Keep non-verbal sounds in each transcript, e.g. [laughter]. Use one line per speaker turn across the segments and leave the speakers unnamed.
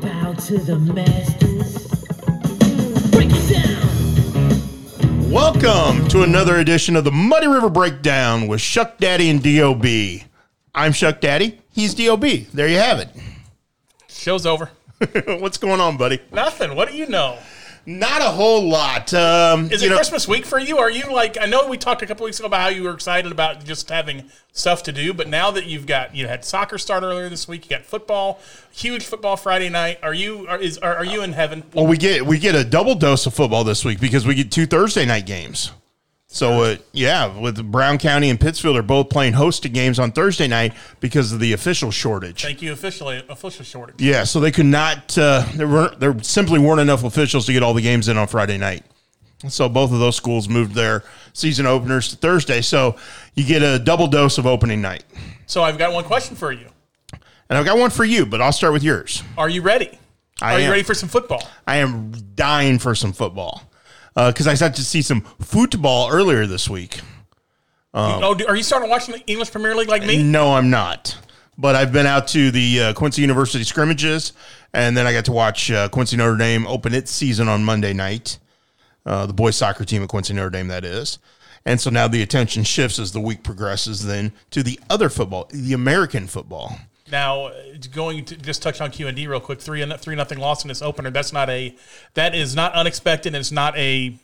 down to the masters. Break it down.
Welcome to another edition of the Muddy River Breakdown with Shuck Daddy and DOB. I'm Shuck Daddy. He's DOB. There you have
Show's over.
it. [laughs] What's going on, buddy?
Nothing. What do you know?
Not a whole lot. Um,
Is
you
it
know,
Christmas week for you? Are you like? I know we talked a couple weeks ago about how you were excited about just having stuff to do, but now that you've got you had soccer start earlier this week, you got football, huge football Friday night. Are you are is are, are you in heaven?
Well, we get we get a double dose of football this week because we get two Thursday night games. So uh, yeah, with Brown County and Pittsfield are both playing host to games on Thursday night because of the official shortage.
Thank you officially official shortage.
Yeah, so they could not. Uh, there weren't. There simply weren't enough officials to get all the games in on Friday night. So both of those schools moved their season openers to Thursday. So you get a double dose of opening night.
So I've got one question for you.
And I've got one for you, but I'll start with yours.
Are you ready?
I
are you
am.
ready for some football?
I am dying for some football because I got to see some football earlier this week. Um,
oh, do, are you starting watching the English Premier League like me?
No, I'm not. But I've been out to the uh, Quincy University scrimmages, and then I got to watch uh, Quincy Notre Dame open its season on Monday night. Uh, the boys soccer team at Quincy Notre Dame, that is. And so now the attention shifts as the week progresses, then to the other football, the American football.
Now, uh, going to just touch on Q and D real quick. Three three nothing loss in this opener. That's not a that is not unexpected. and It's not a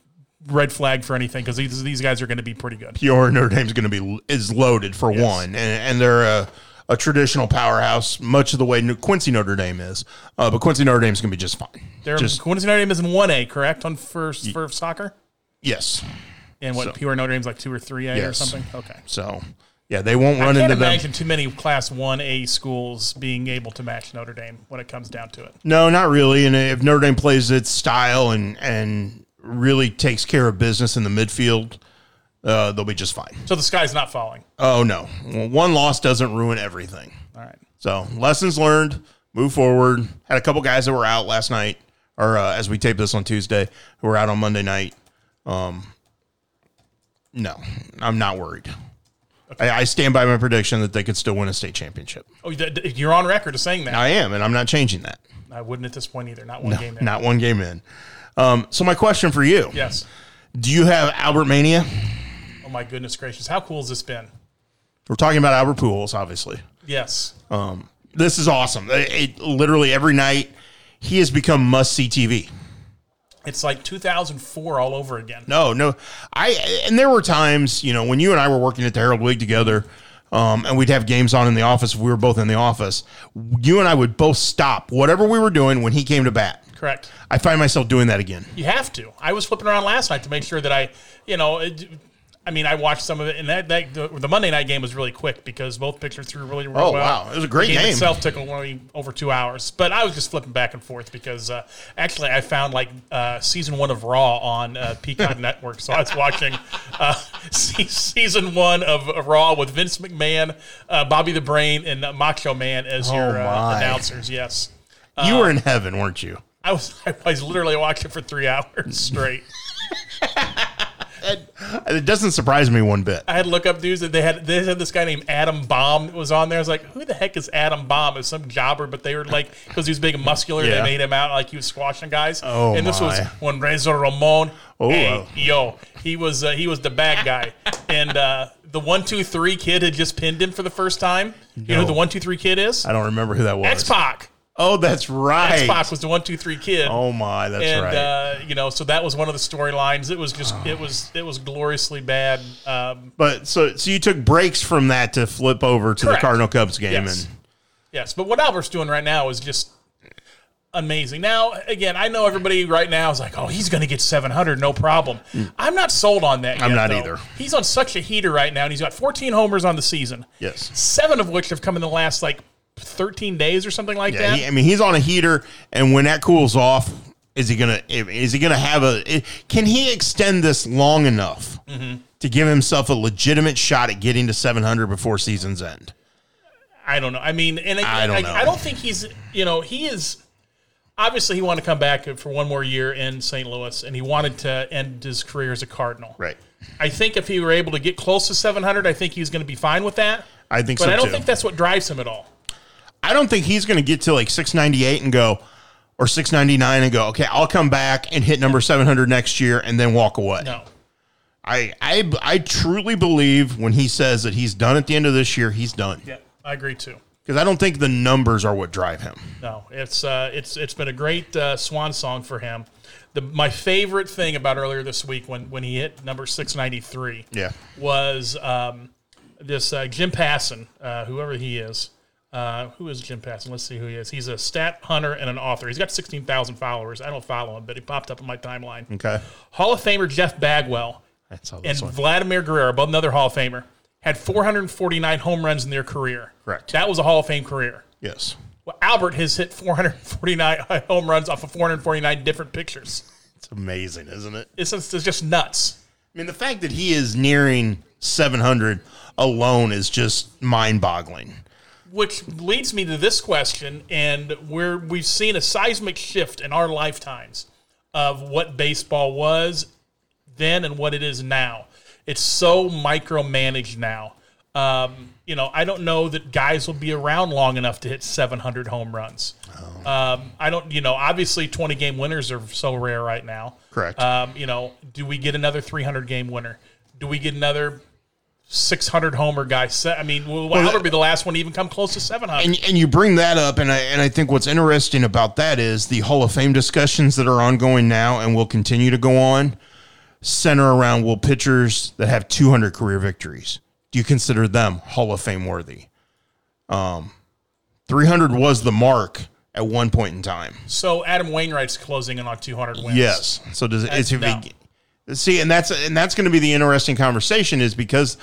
red flag for anything because these these guys are going to be pretty good.
Your Notre Dame's going to be is loaded for one, and, and they're a, a traditional powerhouse, much of the way New- Quincy Notre Dame is. Uh, but Quincy Notre Dame's going to be just fine.
They're
just
Quincy Notre Dame is in one A, correct? On first for soccer,
yes,
and what
So-
pure Notre Dame's like two or three A or
Yes.
something. Okay,
so yeah, they won't run
I can't
into them.
imagine too many Class One A schools being able to match Notre Dame when it comes down to it.
No, not really. And if Notre Dame plays its style and and really takes care of business in the midfield, uh, they'll be just fine.
So the sky's not falling.
Oh no, Well, one loss doesn't ruin everything.
All right.
So lessons learned, move forward. Had a couple guys that were out last night, or uh, as we tape this on Tuesday, who were out on Monday night. Um, no, I'm not worried. I, I stand by my prediction that they could still win a state championship.
Oh, th- th- you're on record as saying that.
I am, and I'm not changing that.
I wouldn't at this point either. Not one game. in.
Not one game in. Um, so my question for you.
Yes.
Do you have Albert Mania?
Oh my goodness gracious! How cool has this been?
We're talking about Albert Pujols, obviously.
Yes.
This is awesome. It, it- literally every night he has become must see TV.
It's like 2004 all over again.
No, no, I and there were times you know when you and I were working at the Herald League together, um, and we'd have games on in the office. If we were both in the office. You and I would both stop whatever we were doing when he came to bat.
Correct.
I find myself doing that again.
You have to. I was flipping around last night to make sure that I, you know, it, I mean, I watched some of it, and that, that the, the Monday night game was really quick because both pitchers threw really, really
Oh,
well.
wow. It was a great
the game.
game.
itself took only over two hours, but I was just flipping back and forth because uh, actually I found like uh, season one of Raw on uh,
[laughs]
Peacock Network, so I was watching uh, se- season one of of Raw with Vince McMahon, uh, Bobby the Brain, and uh, Macho Man as your uh,
Oh, my.
announcers. Yes.
you were in
Uh,
heaven, weren't you?
I was [laughs] I was literally watching for three hours straight.
It doesn't surprise me one bit.
I had to look up dudes that they had they had this guy named Adam Bomb that was on there. I was like, who the heck is Adam Bomb? It was some jobber, but they were like because he was big and muscular,
Yeah.
they made him out like he was squashing guys.
Oh,
and this was
my.
when Razor Ramon.
Oh,
hey,
wow.
yo, he was uh, he was the bad
[laughs]
guy, and uh, the one two three kid had just pinned him for the first time. You know
No.
who the one two three kid is?
I don't remember who that was.
X Pac.
Oh, that's right.
X Pac was the one two three kid.
Oh my, that's
and
right. Ah.
uh, you know, so that was one of the storylines. It was just, it was, it was gloriously bad. Um,
But so so you took breaks from that to flip over to the
Correct.
Cardinal Cubs game
Yes.
and
yes, but what Albert's doing right now is just amazing. Now, again, I know everybody right now is like, "Oh, he's going to get 700, no problem." I'm not sold on that.
Mm. I'm
yet,
not
though.
either.
He's on such a heater right now, and he's got 14 homers on the season.
yes.
seven of which have come in the last like 13 days or something like
Yeah,
that.
he, I mean he's on a heater and when that cools off is he going to is he going to have a i- can he extend this long enough
Mm-hmm.
to give himself a legitimate shot at getting to 700 before season's end?
I don't know. I mean, and I,
I don't
I,
know.
I don't think he's. You know, he is. Obviously, he wanted to come back for one more year in St. Louis, and he wanted to end his career as a Cardinal.
Right.
I think if he were able to get close to 700, I think he's going to be fine with that.
I think
But
so
I don't
too.
think that's what drives him at all.
I don't think he's going to get to like 698 and go, or six ninety nine and go, okay, I'll come back and hit number seven hundred next year and then walk away.
No.
I, I I truly believe when he says that he's done at the end of this year, he's done.
Yeah, I agree too.
Because I don't think the numbers are what drive him.
No, it's uh, it's it's been a great uh, swan song for him. The, my favorite thing about earlier this week when when he hit number six ninety three,
Yeah.
was um, this uh, Jim Passon, uh, whoever he is. Uh, who is Jim Passon? Let's see who he is. He's a stat hunter and an author. He's got sixteen thousand followers. I don't follow him, but he popped up in my timeline.
Okay.
Hall of Famer Jeff Bagwell
That's how
and
Hmm. this one.
Vladimir Guerrero, both another Hall of Famer, had 449 home runs in their career.
Correct.
That was a Hall of Fame career.
Yes.
Well, Albert has hit 449 [laughs] home runs off of 449 different pictures.
It's amazing, isn't it?
It's, it's just nuts.
I mean, the fact that he is nearing 700 alone is just mind boggling.
Which leads me to this question, and where we've seen a seismic shift in our lifetimes of what baseball was then and what it is now. It's so micromanaged now. Um, you know, I don't know that guys will be around long enough to hit 700 home runs. Um, I don't, you know, obviously 20 game winners are so rare right now.
Correct.
Um, you know, do we get another 300 game winner? Do we get another 600 homer guy? Se- I mean, will Albert be the last one to even come close to 700?
And, and you bring that up, and I, and I think what's interesting about that is the Hall of Fame discussions that are ongoing now and will continue to go on center around will pitchers that have 200 career victories. Do you consider them Hall of Fame worthy? Um, 300 was the mark at one point in time.
so Adam Wainwright's closing in on 200 wins.
Yes. So does it, it's if
no.
they, see, and that's and that's going to be the interesting conversation is because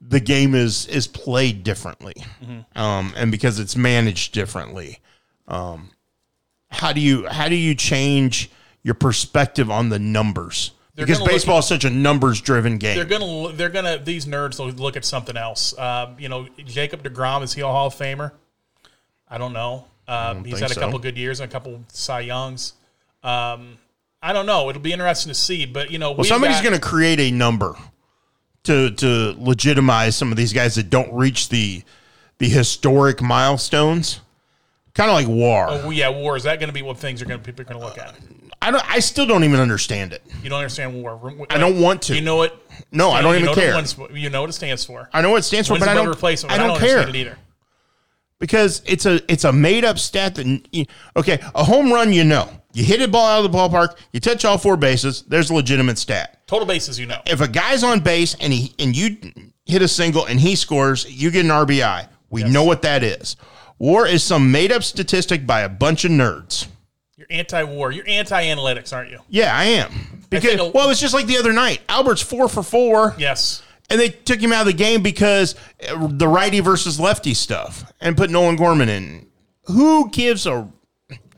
the game is is played differently,
Mm-hmm.
um, and because it's managed differently. Um, how do you how do you change your perspective on the numbers? because
gonna look
baseball is such a numbers driven
They're
game.
gonna, they're gonna. These nerds will look at something else. Um, you know, Jacob Degrom is he a Hall of Famer? I don't know. Um, he's
think
had a
so.
couple good years and a couple Cy Youngs. Um, I don't know. It'll be interesting to see. But you know,
Well,
we've
somebody's
got-
going to create a number to to legitimize some of these guys that don't reach the the historic milestones. Kind of like WAR.
Well, yeah, war is that going to be what things are going to people are going to look at?
I don't. I still don't even understand it.
You don't understand war.
I don't want to.
You know what?
No, I don't
you
even
know
care.
What it stands- you know what it stands for.
I know what it stands for,
When's
but
the
I
rubber
don't.
replacement?
I don't,
understand it
care
either.
because it's a it's a made up stat that y- okay a home run you know you hit a ball out of the ballpark you touch all four bases there's a legitimate stat
Total bases, you know.
if a guy's on base and he and you hit a single and he scores you get an RBI we know what that is war is some made up statistic by a bunch of nerds
You're anti-war. You're anti-analytics, aren't you?
yeah I am because
think a-
well it's just like the other night Albert's four for four
Yes.
and they took him out of the game because uh, the righty versus lefty stuff and put Nolan Gorman in. Who gives a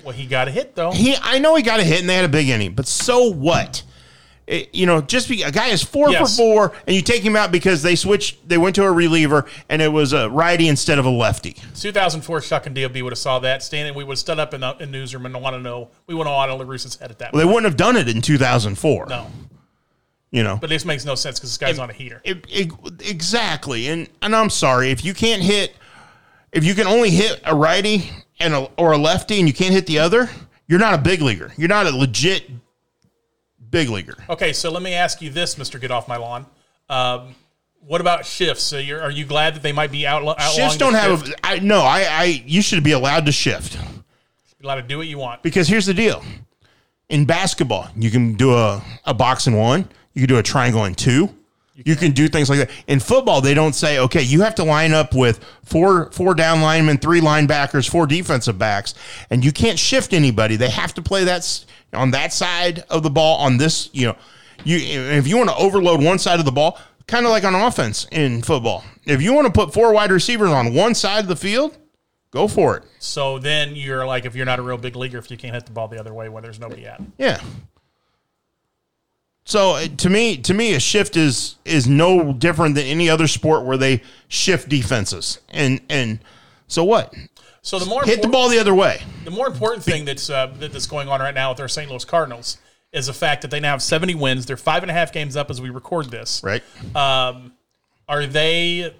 Well, he got a hit though.
he? I know he got a hit and they had a big inning, but so what? It- you know, just be a guy is four
Yes.
for four, and you take him out because they switched. They went to a reliever, and it was a righty instead of a lefty.
2004, Chuck and Dob would have saw that. Standing, we would have stood up in the in newsroom and want to know. We want to on LaRusse's head at that.
Well, they wouldn't have done it in two thousand four.
point. No,
you know,
but this makes no sense because this guy's on a heater.
It- it- exactly. And and I'm sorry if you can't hit, if you can only hit a righty and a, or a lefty, and you can't hit the other, you're not a big leaguer. You're not a legit big leaguer.
Okay, so let me ask you this, Mister Get Off My Lawn. Um, what about shifts? So you're, are you glad that they might be out? outlawing
Shifts
the
don't have.
shift?
A, I no. I I you should be allowed to shift
You're allowed to do what you want.
because here's the deal. In basketball, you can do a, a box and one. You can do a triangle and two. You can do things like that. In football, they don't say, okay, you have to line up with four four down linemen, three linebackers, four defensive backs, and you can't shift anybody. They have to play that s- on that side of the ball on this, you know. You if you want to overload one side of the ball, kind of like on offense in football. If you want to put four wide receivers on one side of the field, go for it.
So then you're like, if you're not a real big leaguer, if you can't hit the ball the other way when there's nobody at.
Yeah. So uh, to me, to me, a shift is is no different than any other sport where they shift defenses, and and so what?
So the more
Hit the
impor-
ball the other way.
the more important thing that's uh, that- that's going on right now with our St. Louis Cardinals is the fact that they now have 70 wins. They're five and a half games up as we record this.
Right.
Are they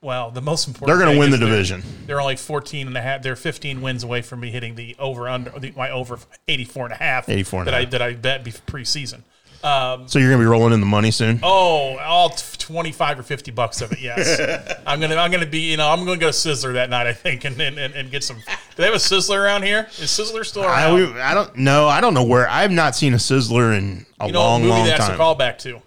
Well, the most important.
They're going to
thing
win the
is they're-
division.
They're only 14 and a half. They're 15 wins away from me hitting the over under the, my over 84 and a half
84 and a
that I
half.
that I bet be preseason. Um,
So you're going to be rolling in the money soon.
oh, all t- 25 or 50 bucks of it. Yes,
[laughs]
I'm gonna I'm gonna be you know I'm gonna go to Sizzler that night I think and and, and, and get some. Do they have a Sizzler around here? Is Sizzler still around?
I, we- I don't know. I don't know where. I've not seen a sizzler in a
you know,
long,
a movie
long
that's
time.
a callback to.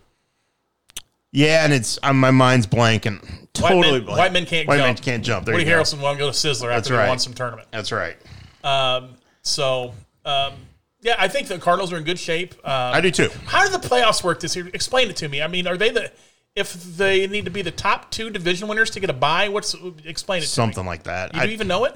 Yeah, and it's uh, my mind's blank and
White,
totally
men,
blank.
white men can't
White
jump.
men can't jump. There
Woody
you go.
Harrelson won go to Sizzler
That's
after
right.
they won some tournament.
That's right.
Um, so um, yeah, I think the Cardinals are in good shape. Uh,
I do too.
How do the playoffs work this year? Explain it to me. I mean, are they the if they need to be the top two division winners to get a bye? What's explain it?
Something like that.
To me.
I,
Do you even know it?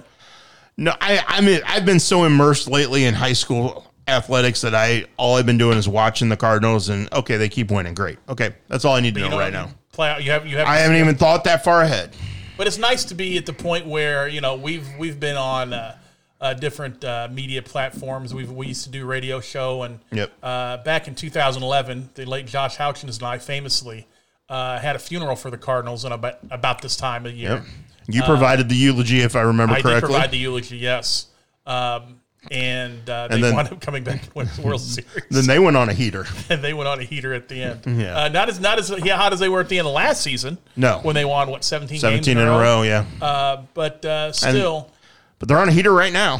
no, I I mean I've been so immersed lately in high school athletics that I all I've been doing is watching the Cardinals and okay they keep winning great okay that's all I need to know
You know,
right now.
Playoff. You have you have.
I haven't even thought that far ahead.
but it's nice to be at the point where you know we've we've been on. Uh, uh, different uh, media platforms. We we used to do radio show, and
Yep.
uh, back in 2011, the late Josh Houchins and I famously uh, had a funeral for the Cardinals, and about about this time of year,
You provided the eulogy if I remember
I did
correctly.
provide the eulogy, yes. Um, and uh, they
then-
wound up coming back to win
[laughs]
the World Series,
then they went on a heater.
and [laughs] they went on a heater at the end.
Yeah.
Uh, not as not as yeah, hot as they were at the end of last season.
No.
when they won what 17,
17 in a row, yeah.
Uh, but uh, still,
but they're on a heater right now.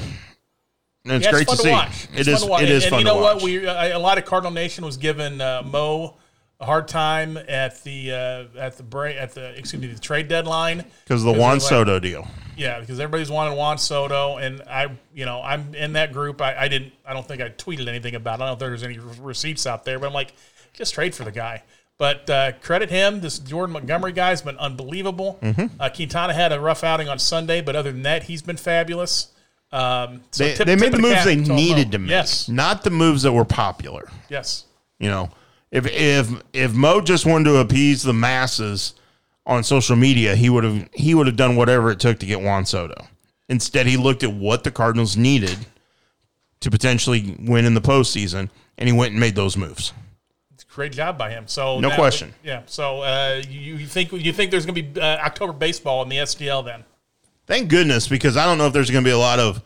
And it's
yeah,
great
it's fun
to
to,
see.
watch.
It is
fun to watch.
it is
and,
fun
and you
to
know
watch.
what? We I- a lot of Cardinal Nation was giving uh, Mo a hard time at the uh, at the break at the excuse me the trade deadline
because of the
they're
Juan
like-
Soto deal.
Yeah, because everybody's wanting Juan Soto, and I, you know, I'm in that group. I, I didn't, I don't think I tweeted anything about. it. I don't know if there's any re- receipts out there, but I'm like, just trade for the guy. But uh, credit him. This Jordan Montgomery guy's been unbelievable.
Mm-hmm.
Uh, Quintana had a rough outing on Sunday, but other than that, he's been fabulous. Um, so
They,
tip-
they
tip
made the
of
moves
cap
they
to Mo.
needed to make,
Yes,
not the moves that were popular.
yes.
You know, if if if Mo just wanted to appease the masses on social media, he would have he would have done whatever it took to get Juan Soto. Instead, he looked at what the Cardinals needed to potentially win in the postseason, and he went and made those moves.
great job by him. So
No
that-
question.
Yeah. So uh, you, you think you think there's going to be uh, October baseball in the SDL then?
Thank goodness, because I don't know if there's going to be a lot of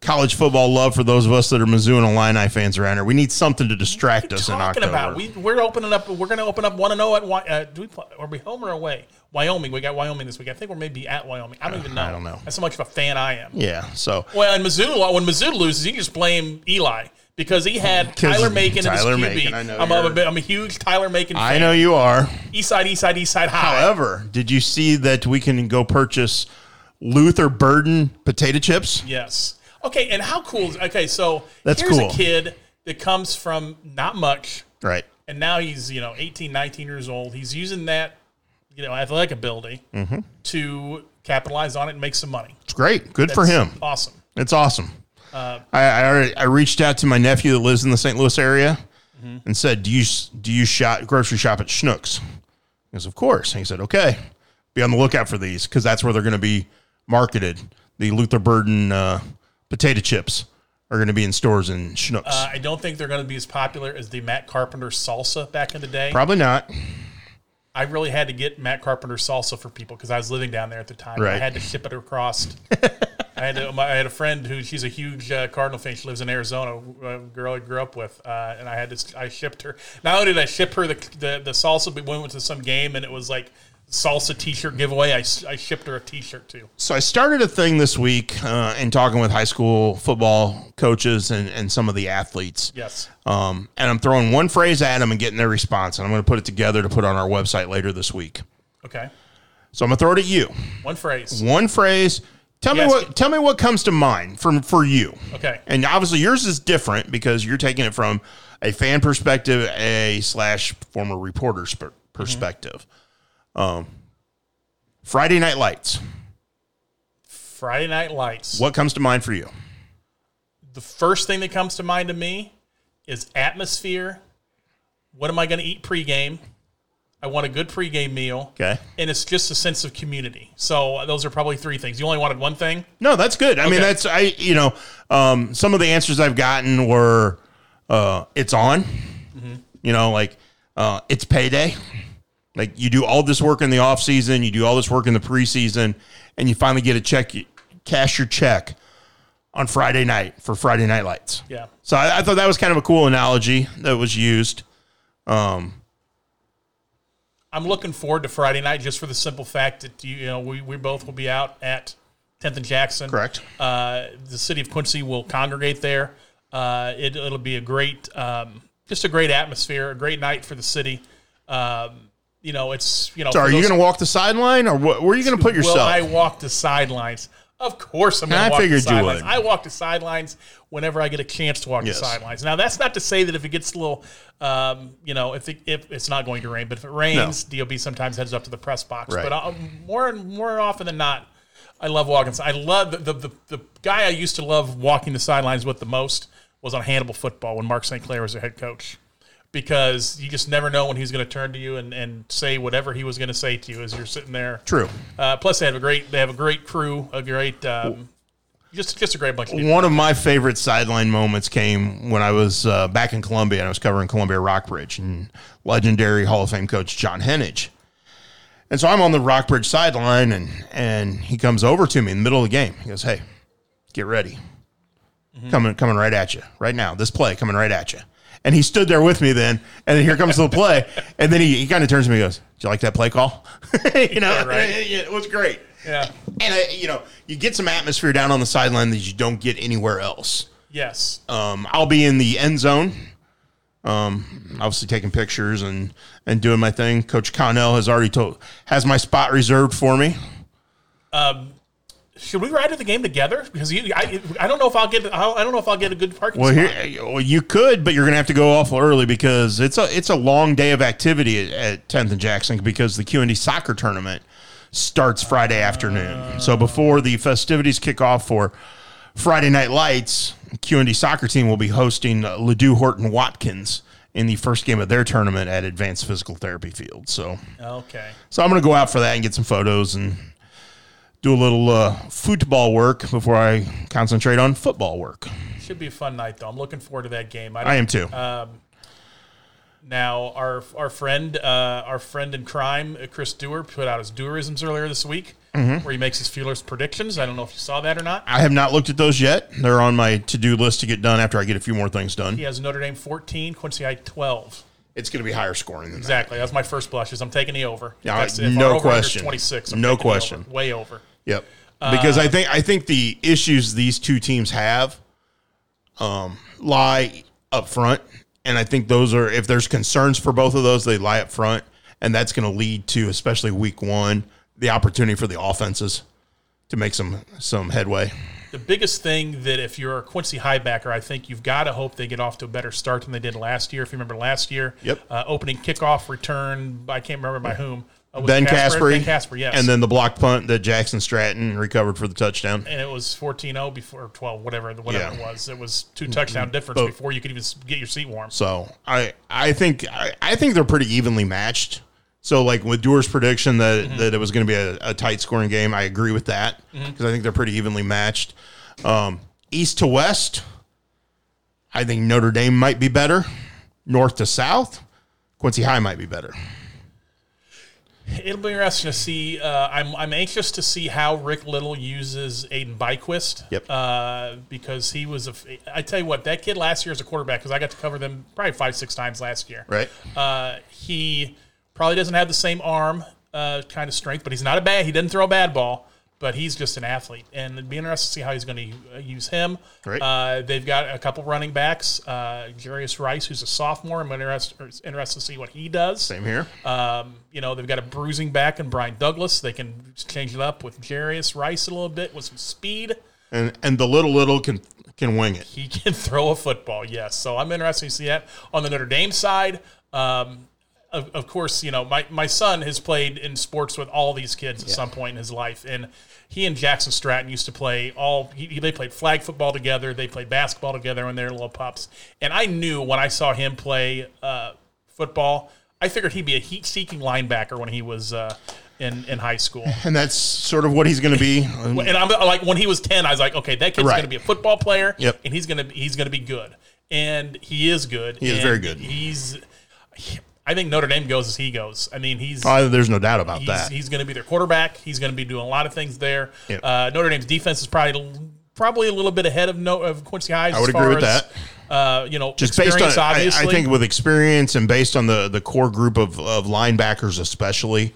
college football love for those of us that are Mizzou and Illini fans around here. We need something to distract us in
talking
October.
about? We we're opening up. We're going to open up one and zero at. Wy- Uh, do we play, are we home or away? Wyoming. We got Wyoming this week. I think we're maybe at Wyoming. I don't even know.
Uh, I don't know.
That's how much of a fan I am.
yeah, so
Well, and Mizzou. uh, When Mizzou loses, you just blame Eli because he
[laughs]
had
'Cause
Tyler Macon as his
Tyler
QB.
Macon, I know
I'm, a-
you're-
bit- I'm a huge Tyler Macon.
I
fan.
know you are.
East side, east side, east side high.
However, did you see that we can go purchase Luther Burden potato chips?
Yes. Okay. And how cool? is Okay. So
That's
here's
cool.
a kid that comes from not much.
Right.
and now he's you know 18 19 years old he's using that you know athletic ability
Mm-hmm.
to capitalize on it and make some money
It's great. Good for him.
awesome
It's awesome. I, I, already, I reached out to my nephew that lives in the St. Louis area and said, "Do you do you shop grocery shop at Schnucks?" He goes, "Of course." And he said, "Okay, be on the lookout for these because that's where they're going to be marketed. The Luther Burden uh, potato chips are going to be in stores in Schnucks.
uh, i don't think they're going to be as popular as the matt carpenter salsa back in the day
Probably not.
i really had to get matt carpenter salsa for people because i was living down there at the time and i
Right.
had to ship
[laughs]
it across I had, a, my, I had a friend who she's a huge uh, Cardinal fan. She lives in Arizona, a girl I grew up with, uh, and I had this. I shipped her. Not only did I ship her the the, the salsa, but we went to some game and it was like salsa T-shirt giveaway. I, s- I shipped her a T-shirt too.
So I started a thing this week uh, in talking with high school football coaches and, and some of the athletes.
Yes,
Um, and I'm throwing one phrase at them and getting their response. And I'm going to put it together to put on our website later this week.
okay.
So I'm going to throw it at you.
One phrase.
One phrase. Tell me
Yes.
what. Tell me what comes to mind from for you.
Okay.
And obviously yours is different because you're taking it from a fan perspective, a slash former reporter's per- perspective. Um, Friday Night Lights.
Friday Night Lights.
What comes to mind for you?
The first thing that comes to mind to me is atmosphere. What am I going to eat pregame? I want a good pregame meal.
Okay.
And it's just a sense of community. So uh, those are probably three things. You only wanted one thing.
No, that's good. I mean,
Okay.
that's I. You know, um, some of the answers I've gotten were,
Mm-hmm.
uh, it's on. You know, like uh, it's payday. Like you do all this work in the off season, you do all this work in the preseason, and you finally get a check, you cash your check on Friday night for Friday night lights.
Yeah.
So I, I thought that was kind of a cool analogy that was used.
I'm looking forward to Friday night just for the simple fact that you, you know we, we both will be out at 10th and Jackson.
Correct.
Uh, the city of Quincy will congregate there. Uh, it, it'll be a great, um, just a great atmosphere, a great night for the city. Um, you know, it's you know.
So
for
are you
those-
going to walk the sideline, or wh- where are you going to put yourself?
Will I walk the sidelines? Of course, I'm going
I
to walk
figured
the
you
sidelines.
would.
I walk the sidelines whenever I get a chance to walk
Yes.
the sidelines. Now, that's not to say that if it gets a little, um, you know, if, it, if it's not going to rain, but if it rains, DOB sometimes heads up to the press box.
Right.
But I, more and more often than not, I love walking. I love the, the, the, the guy I used to love walking the sidelines with the most was on Hannibal football when Mark St. Clair was their head coach. Because you just never know when he's going to turn to you and, and say whatever he was going to say to you as you're sitting there.
True.
Uh, plus, they have a great they have a great crew, a great um, just just a great bunch of people.
One of my favorite sideline moments came when I was uh, back in Columbia and I was covering Columbia Rockbridge and legendary Hall of Fame coach John Hennage. And so I'm on the Rockbridge sideline and and he comes over to me in the middle of the game. He goes, "Hey, get ready.
Mm-hmm.
Coming coming right at you right now. This play coming right at you." And he stood there with me then, and then here comes the
[laughs]
play. And then he, he kind of turns to me and goes, "Do you like that play call?" [laughs] you know,
Yeah,
[laughs]
right.
it was great
Yeah.
and I, you know you get some atmosphere down on the sideline that you don't get anywhere else.
Yes.
Um, I'll be in the end zone, um, obviously taking pictures and and doing my thing. Coach Connell has already told has my spot reserved for me.
Should we ride to the game together? Because you, I, I don't know if I'll get I'll, I don't know if I'll get a good parking
Well,
spot.
here eh, well, you could, but you're going to have to go awful early because it's a it's a long day of activity at 10th and Jackson because the Q and D soccer tournament starts Friday afternoon. So before the festivities kick off for Friday Night Lights, Q and D soccer team will be hosting uh, Ladue Horton Watkins in the first game of their tournament at Advanced Physical Therapy Field. So,
Okay.
so I'm going to go out for that and get some photos and do a little uh, football work before I concentrate on football work.
Should be a fun night though. I'm looking forward to that game.
I am too.
Now, our our friend, uh, our friend in crime, uh, Chris Dewar, put out his Dewarisms earlier this week,
Mm-hmm.
where he makes his Feelers predictions. I don't know if you saw that or not.
I have not looked at those yet. They're on my to do list to get done after I get a few more things done.
He has Notre Dame 14, Quincy High 12.
It's going to be higher scoring than that.
Exactly. That's my first blush. Is I'm taking the over.
Yeah,
That's-
I-
if
no
our over-under is
question.
26.
No
taking the over.
question.
Way over.
Yep.
Uh,
Because I think I think the issues these two teams have um, lie up front, and I think those are if there's concerns for both of those, they lie up front, and that's going to lead to especially week one the opportunity for the offenses to make some some headway.
The biggest thing that if you're a Quincy High backer, I think you've got to hope they get off to a better start than they did last year. If you remember last year,
Yep.
uh, opening kickoff return. I can't remember by whom. Uh, was
Ben
it
Casper,
Ben Casper, yes.
and then the block punt that Jackson Stratton recovered for the touchdown.
and it was 14-0 before or 12 whatever whatever
Yeah. Mm-hmm.
it was it was two touchdown difference
But-
before you could even s- get your seat warm
So I I think I, I think they're pretty evenly matched. So like with Dewar's prediction that
Mm-hmm.
that it was going to be a, a tight scoring game, I agree with that because I think they're pretty evenly matched. Um, east to west, I think Notre Dame might be better. North to south, Quincy High might be better.
it'll be interesting to see uh, I'm, I'm anxious to see how rick little uses aiden byquist
Yep.
uh, because he was a f- i tell you what that kid last year as a quarterback because i got to cover them probably five six times last year
Right?
Uh, he probably doesn't have the same arm uh, kind of strength, but he's not a bad. He doesn't throw a bad ball, but he's just an athlete, and it'd be interesting to see how he's going to use him.
Right.
Uh, they've got a couple running backs, uh, Jarius Rice, who's a sophomore. I'm interested interested to see what he does.
Same here.
Um, you know, they've got a bruising back in Brian Douglas. They can change it up with Jarius Rice a little bit with some speed.
And and the little little can can wing it.
He can [laughs] throw a football, yes. So I'm interested to see that on the Notre Dame side. Um, of, of course, you know my, my son has played in sports with all these kids at some point in his life, and he and Jackson Stratton used to play all. He, he- they played flag football together, they played basketball together when they were little pups. And I knew when I saw him play uh, football, I figured he'd be a heat-seeking linebacker when he was uh, in in high school.
And that's sort of what he's going to be.
And I'm like, when he was ten, I was like, okay, that kid's
Right.
going to be a football player,
Yep.
and he's going to he's going to be good, and he is good. He
is very good.
He's, I I think Notre Dame goes as he goes. I mean, he's
Oh, there's no doubt about
he's,
that.
he's going to be their quarterback. He's going to be doing a lot of things there.
Yeah.
Uh, Notre Dame's defense is probably probably a little bit ahead of no, of Quincy Highs.
I would
as far
agree with
as, Uh, you know,
just based on,
experience,
I, I
obviously.
think with experience and based on the the core group of, of linebackers, especially,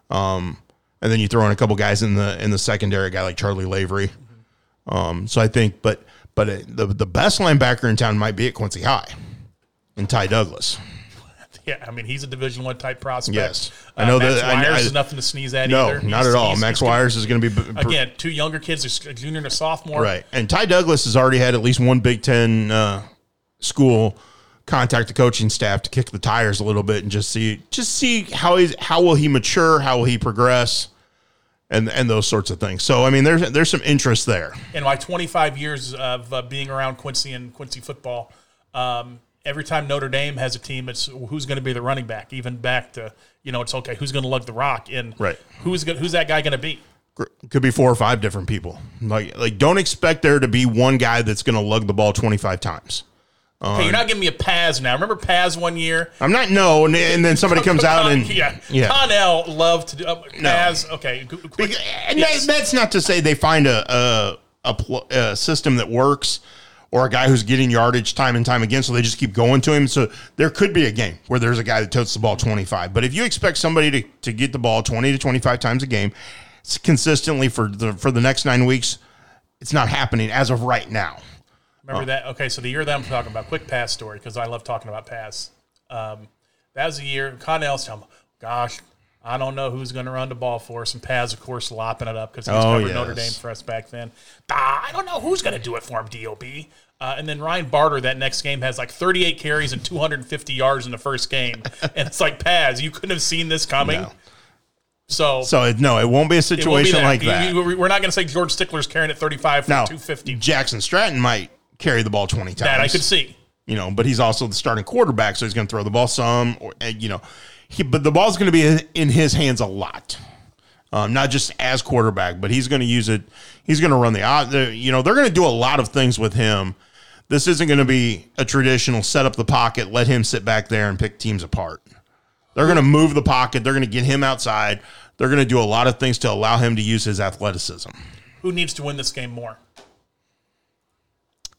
um, and then you throw in a couple guys in the in the secondary, a guy like Charlie Lavery. Um, so I think, but but it, the the best linebacker in town might be at Quincy High, and Ty Douglas.
yeah, I mean, he's a Division One type prospect.
Yes.
I know Max
that- I-
Wires
I-
is nothing to sneeze at.
No,
either.
not
He's-
at all.
he's-
Max
he's-
Wires is going to be b- pr-
Again, two younger kids, there's a junior and a sophomore.
right, and Ty Douglas has already had at least one Big Ten uh, school contact the coaching staff to kick the tires a little bit and just see just see how is how will he mature, how will he progress, and and those sorts of things. So I mean, there's there's some interest there.
in my 25 years of uh, being around Quincy and Quincy football, um, every time Notre Dame has a team, it's who's going to be the running back. Even back to you know, it's okay. Who's going to lug the rock and
Right.
who's go- who's that guy going to be?
Gr- Could be four or five different people. Like like don't expect there to be one guy that's going to lug the ball 25 times. Uh,
Hey, you're not giving me a Paz now. Remember Paz one year? Uh,
I'm not no, and, and then somebody comes out and
[laughs] yeah, Connell loved to do uh, Paz. Okay, g- quick-
Bec- And
yes.
that, that's not to say they find a a, a, pl- a system that works or a guy who's getting yardage time and time again, so they just keep going to him. So there could be a game where there's a guy that totes the ball 25. But if you expect somebody to, to get the ball 20 to 25 times a game s- consistently for the for the next nine weeks, it's not happening as of right now.
Remember
Oh.
that? Okay, so the year that I'm talking about, quick pass story, because I love talking about pass. Um, that was the year Connell's telling me, gosh, I don't know who's going to run the ball for us. And Paz, of course, lopping it up because he was
Oh,
covering Notre Dame
yes.
for us back then. "Ah, I don't know who's going to do it for him, DOB. Uh, and then Ryan Barter that next game has like 38 carries and 250 yards in the
[laughs]
first game. and it's like, Paz, you couldn't have seen this coming.
No.
So,
So it, no, it won't be a
it won't be
situation like
You-
that.
you- we're not going to say George Stickler's carrying it 35 for
now,
250.
Jackson Stratton might carry the ball 20 times.
that I could see.
you know, but he's also the starting quarterback, so he's going to throw the ball some, or and, you know, he, but the ball's going to be in- in his hands a lot, um, not just as quarterback, but he's going to use it. He's going to run the, out- the- you know, they're going to do a lot of things with him. This isn't going to be a traditional set up the pocket, let him sit back there and pick teams apart. They're going to move the pocket. They're going to get him outside. They're going to do a lot of things to allow him to use his athleticism.
Who needs to win this game more?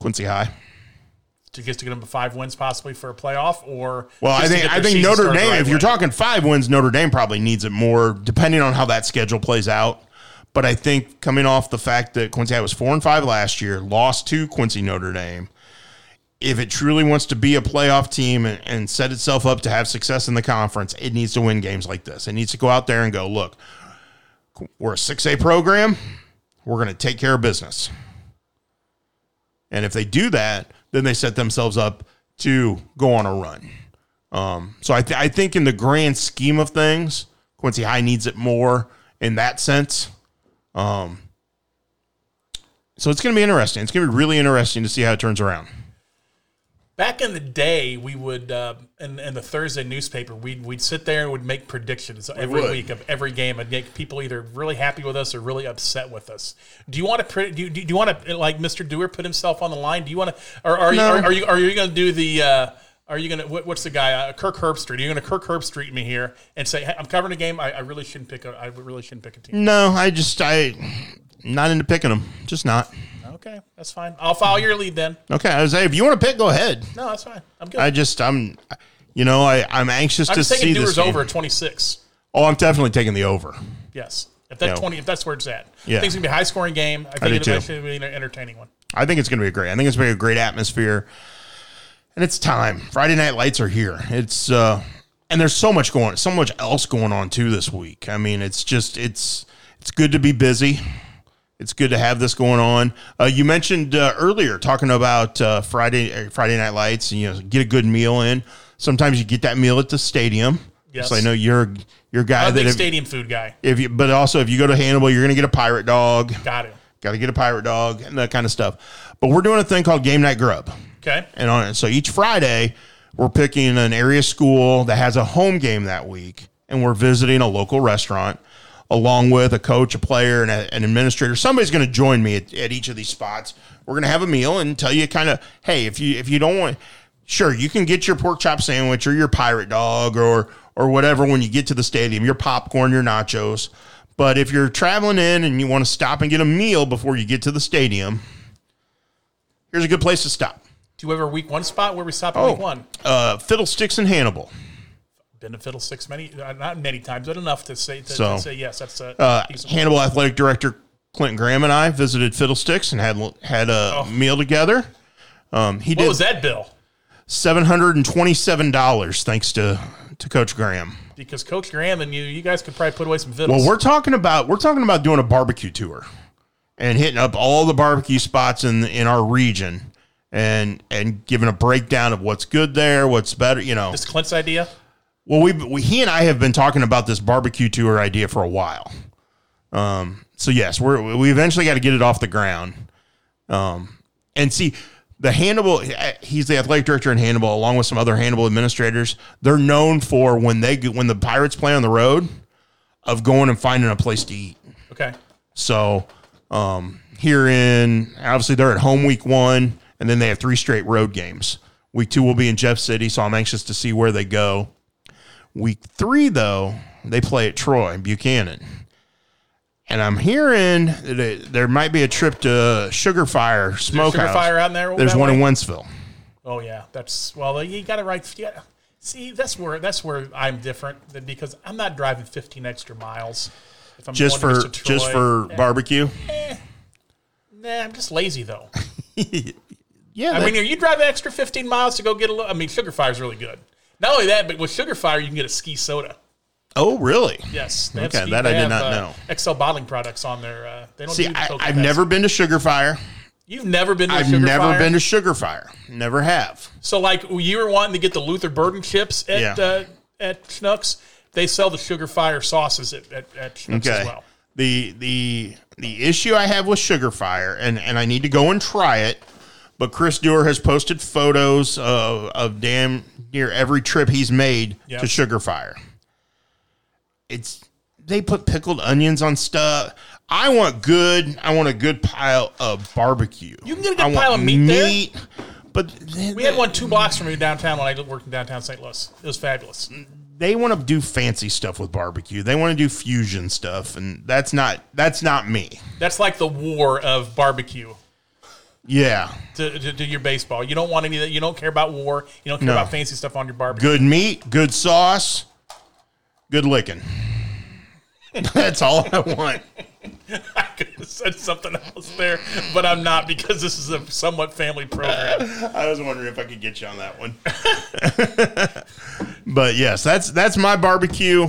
Quincy High.
to just to get them to five wins possibly for a playoff or
Well, I
just to
think
get
I
their
think
season
Notre
started
Dame.
the right
if you're
way.
talking five wins, Notre Dame probably needs it more, depending on how that schedule plays out. But I think coming off the fact that Quincy High was four and five last year, lost to Quincy Notre Dame, if it truly wants to be a playoff team and, and set itself up to have success in the conference, it needs to win games like this. It needs to go out there and go, look, we're a six A program. We're going to take care of business. And if they do that, then they set themselves up to go on a run. Um, so I, th- I think in the grand scheme of things, Quincy High needs it more in that sense. Um, so it's going to be interesting. It's going to be really interesting to see how it turns around.
back in the day, we would uh, in, in the Thursday newspaper we'd we'd sit there and would make predictions every
would.
week of every game and make people either really happy with us or really upset with us. Do you want to pre- do, you- do you want to like Mr. Dewar put himself on the line? Do you want to or are
No.
you are, are you are you going to do the uh, are you going to what, what's the guy uh, Kirk Herbstreit? Are you going to Kirk Herbstreit me here and say hey, I'm covering a game? I, I really shouldn't pick a I really shouldn't pick a team.
No, I just I not into picking them. Just not.
Okay, that's fine. I'll follow your lead then.
Okay, I was like, if you want to pick, go ahead.
No, that's fine. I'm good.
I just I'm, you know, I I'm anxious
I'm
to
just taking
see
Dewar's
this
over
over.
at 26.
Oh, I'm definitely taking the over.
Yes, if that
Yeah.
20, if that's where it's at,
Yeah.
I think it's gonna be a high scoring game. I think
do
it's
too.
actually be an entertaining one.
I think it's going to be great. I think it's going to be a great atmosphere, and it's time. Friday night lights are here. It's uh, and there's so much going, so much else going on too this week. I mean, it's just it's it's good to be busy. It's good to have this going on. Uh, you mentioned uh, earlier talking about uh, Friday uh, Friday night lights, and you know, get a good meal in. Sometimes you get that meal at the stadium.
Yes.
So I know you're you're a guy
I'm a
that
big
if,
stadium food guy.
if you, but also if you go to Hannibal, you're going to get a pirate dog.
Got it.
Got to get a pirate dog and that kind of stuff. But we're doing a thing called Game Night Grub.
Okay.
And on it. So each Friday, we're picking an area school that has a home game that week, and we're visiting a local restaurant along with a coach, a player, and a, an administrator. Somebody's going to join me at, at each of these spots. We're going to have a meal and tell you kind of, hey, if you if you don't want sure you can get your pork chop sandwich or your pirate dog or or whatever when you get to the stadium your popcorn your nachos but if you're traveling in and you want to stop and get a meal before you get to the stadium here's a good place to stop
Do you have a week one spot where we stop at
Oh.
week one?
uh, fiddlesticks in hannibal
Been to Fiddlesticks many, uh, not many times, but enough to say to, to
So,
say yes. That's a
uh,
decent-
hannibal athletic director clint graham and i visited fiddlesticks and had had a meal together um, he
Oh. What was
did
that bill?
$727 thanks to to coach graham
Because Coach Graham and you, you guys could probably put away some fiddles.
Well, we're talking about we're talking about doing a barbecue tour and hitting up all the barbecue spots in in our region and and giving a breakdown of what's good there, what's better, you know.
It's Clint's idea.
Well, we, we he and I have been talking about this barbecue tour idea for a while. Um, so yes, we're we eventually got to get it off the ground. Um, and see the Hannibal, he's the athletic director in Hannibal, along with some other Hannibal administrators. They're known for when they get- when the Pirates play on the road, of going and finding a place to eat.
Okay.
So um, here in obviously they're at home week one, and then they have three straight road games. Week two will be in Jeff City, so I'm anxious to see where they go. Week three, though, they play at Troy Buchanan, and I'm hearing that it, there might be a trip to Sugar Fire Smokehouse.
Sugar Fire out in there.
There's
that
one
way?
in Wentzville.
Oh yeah, that's well. You got it right. You gotta- see, that's where that's where I'm different than because I'm not driving 15 extra miles. If I'm
Just
going
for
to
just
Troy.
for barbecue,
Nah, I'm just
[laughs]
lazy though.
yeah.
I
that-
mean, are you driving extra 15 miles to go get a little? I mean, Sugar Fire's really good. Not only that, but with Sugar Fire, you can get a ski soda.
oh, really?
Yes, they
Okay, that I
they
did not
uh,
know.
XL bottling products on their. Uh, they don't
See,
do
I,
Coke
I've
Pepsi.
never been to Sugar Fire.
You've never been to a
I've
Sugar
never
Fire?
been to Sugar Fire. Never have.
So, like, you were wanting to get the Luther Burden chips at
Yeah.
uh, at Schnucks. They sell the Sugar Fire sauces at, at, at Schnucks as well.
The the the issue I have with Sugar Fire, and and I need to go and try it. But Chris Dewar has posted photos of, of damn near every trip he's made
Yeah.
to Sugar Fire. It's they put pickled onions on stuff. I want good. I want a good pile of barbecue.
You can get a good
I want
pile of meat there.
But they,
We had one two blocks from me downtown when I worked in downtown St. Louis. It was fabulous.
they want to do fancy stuff with barbecue. They want to do fusion stuff, and that's not that's not me.
That's like the war of barbecue.
Yeah,
to, to do your baseball. You don't want any of that. You don't care about war. You don't care
No.
about fancy stuff on your barbecue.
good meat, good sauce, good licking. [laughs] That's all I want.
[laughs] I could have said something else there, but I'm not because this is a somewhat family program.
I was wondering if I could get you on that one. [laughs] but yes, that's that's my barbecue.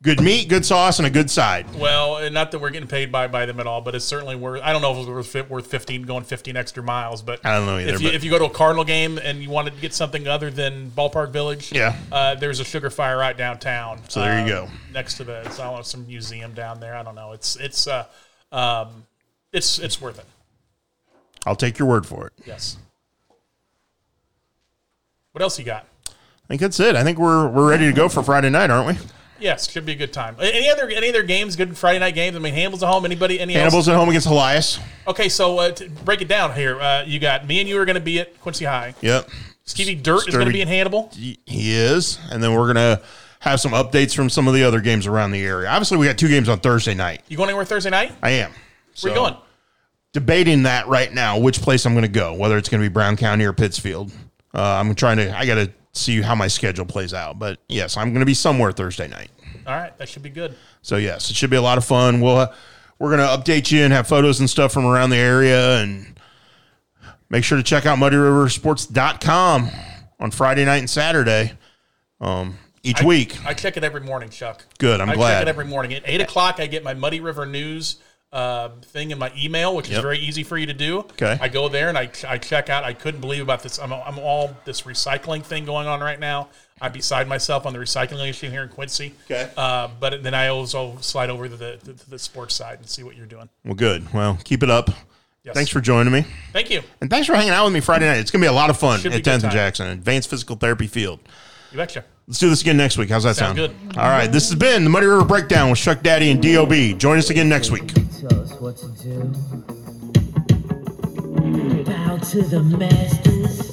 Good meat, good sauce, and a good side.
well, and not that we're getting paid by, by them at all, but it's certainly worth. I don't know if it was worth, fif- worth 15 going 15 extra miles, but
I don't know either,
If you,
but-
if you go to a Cardinal game and you want to get something other than Ballpark Village,
Yeah.
uh, there's a Sugar Fire right downtown.
So there you
uh,
go.
Next to the, it's, I want some museum down there. I don't know. It's it's uh, um, it's it's worth it.
I'll take your word for it. I
Yes. What else you got?
think that's it. I think we're we're ready to go for Friday night, aren't we?
Yes, should be a good time. A- Any other any other games? Good Friday night games. I mean, Hannibal's at home. Anybody? Any
Hannibal's at home against Elias.
Else? Okay, so uh, to break it down here. Uh, you got me and you are going to be at Quincy High.
Yep.
Stevie Dirt is going to
Sturdy.
be in Hannibal.
He he is. And then we're gonna have some updates from some of the other games around the area. Obviously, we got two games on Thursday night.
You going anywhere Thursday night?
I am.
Where
So-
you going?
debating that right now, which place I'm going to go, whether it's going to be Brown County or Pittsfield. Uh, I'm trying to, I got to see how my schedule plays out. But yes, I'm going to be somewhere Thursday night.
All right, that should be good.
So yes, it should be a lot of fun. We'll, uh, we're going to update you and have photos and stuff from around the area. And make sure to check out muddyriversports.com on Friday night and Saturday um, each week.
I check it every morning, Chuck.
Good, I'm
I
glad.
check it every morning at eight o'clock. I get my Muddy River News uh, thing in my email, which is
Yep.
very easy for you to do.
Okay.
I go there and I, I check out. I couldn't believe about this. I'm, I'm all this recycling thing going on right now. I'm beside myself on the recycling issue here in Quincy.
Okay.
Uh, but then I also slide over to the, to the sports side and see what you're doing.
Well, good. Well, keep it up.
Yes.
Thanks for joining me.
Thank you.
And thanks for hanging out with me Friday night. It's going to be a lot of fun
Should be
at
good
10th and
time.
Jackson, Advanced Physical Therapy Field.
You betcha.
Let's do this again next week. How's that sound?
Sound
good. All right. This has been the Muddy River Breakdown with Chuck Daddy and DOB. Join us again next week.
tells us what to do. Bow to the masters.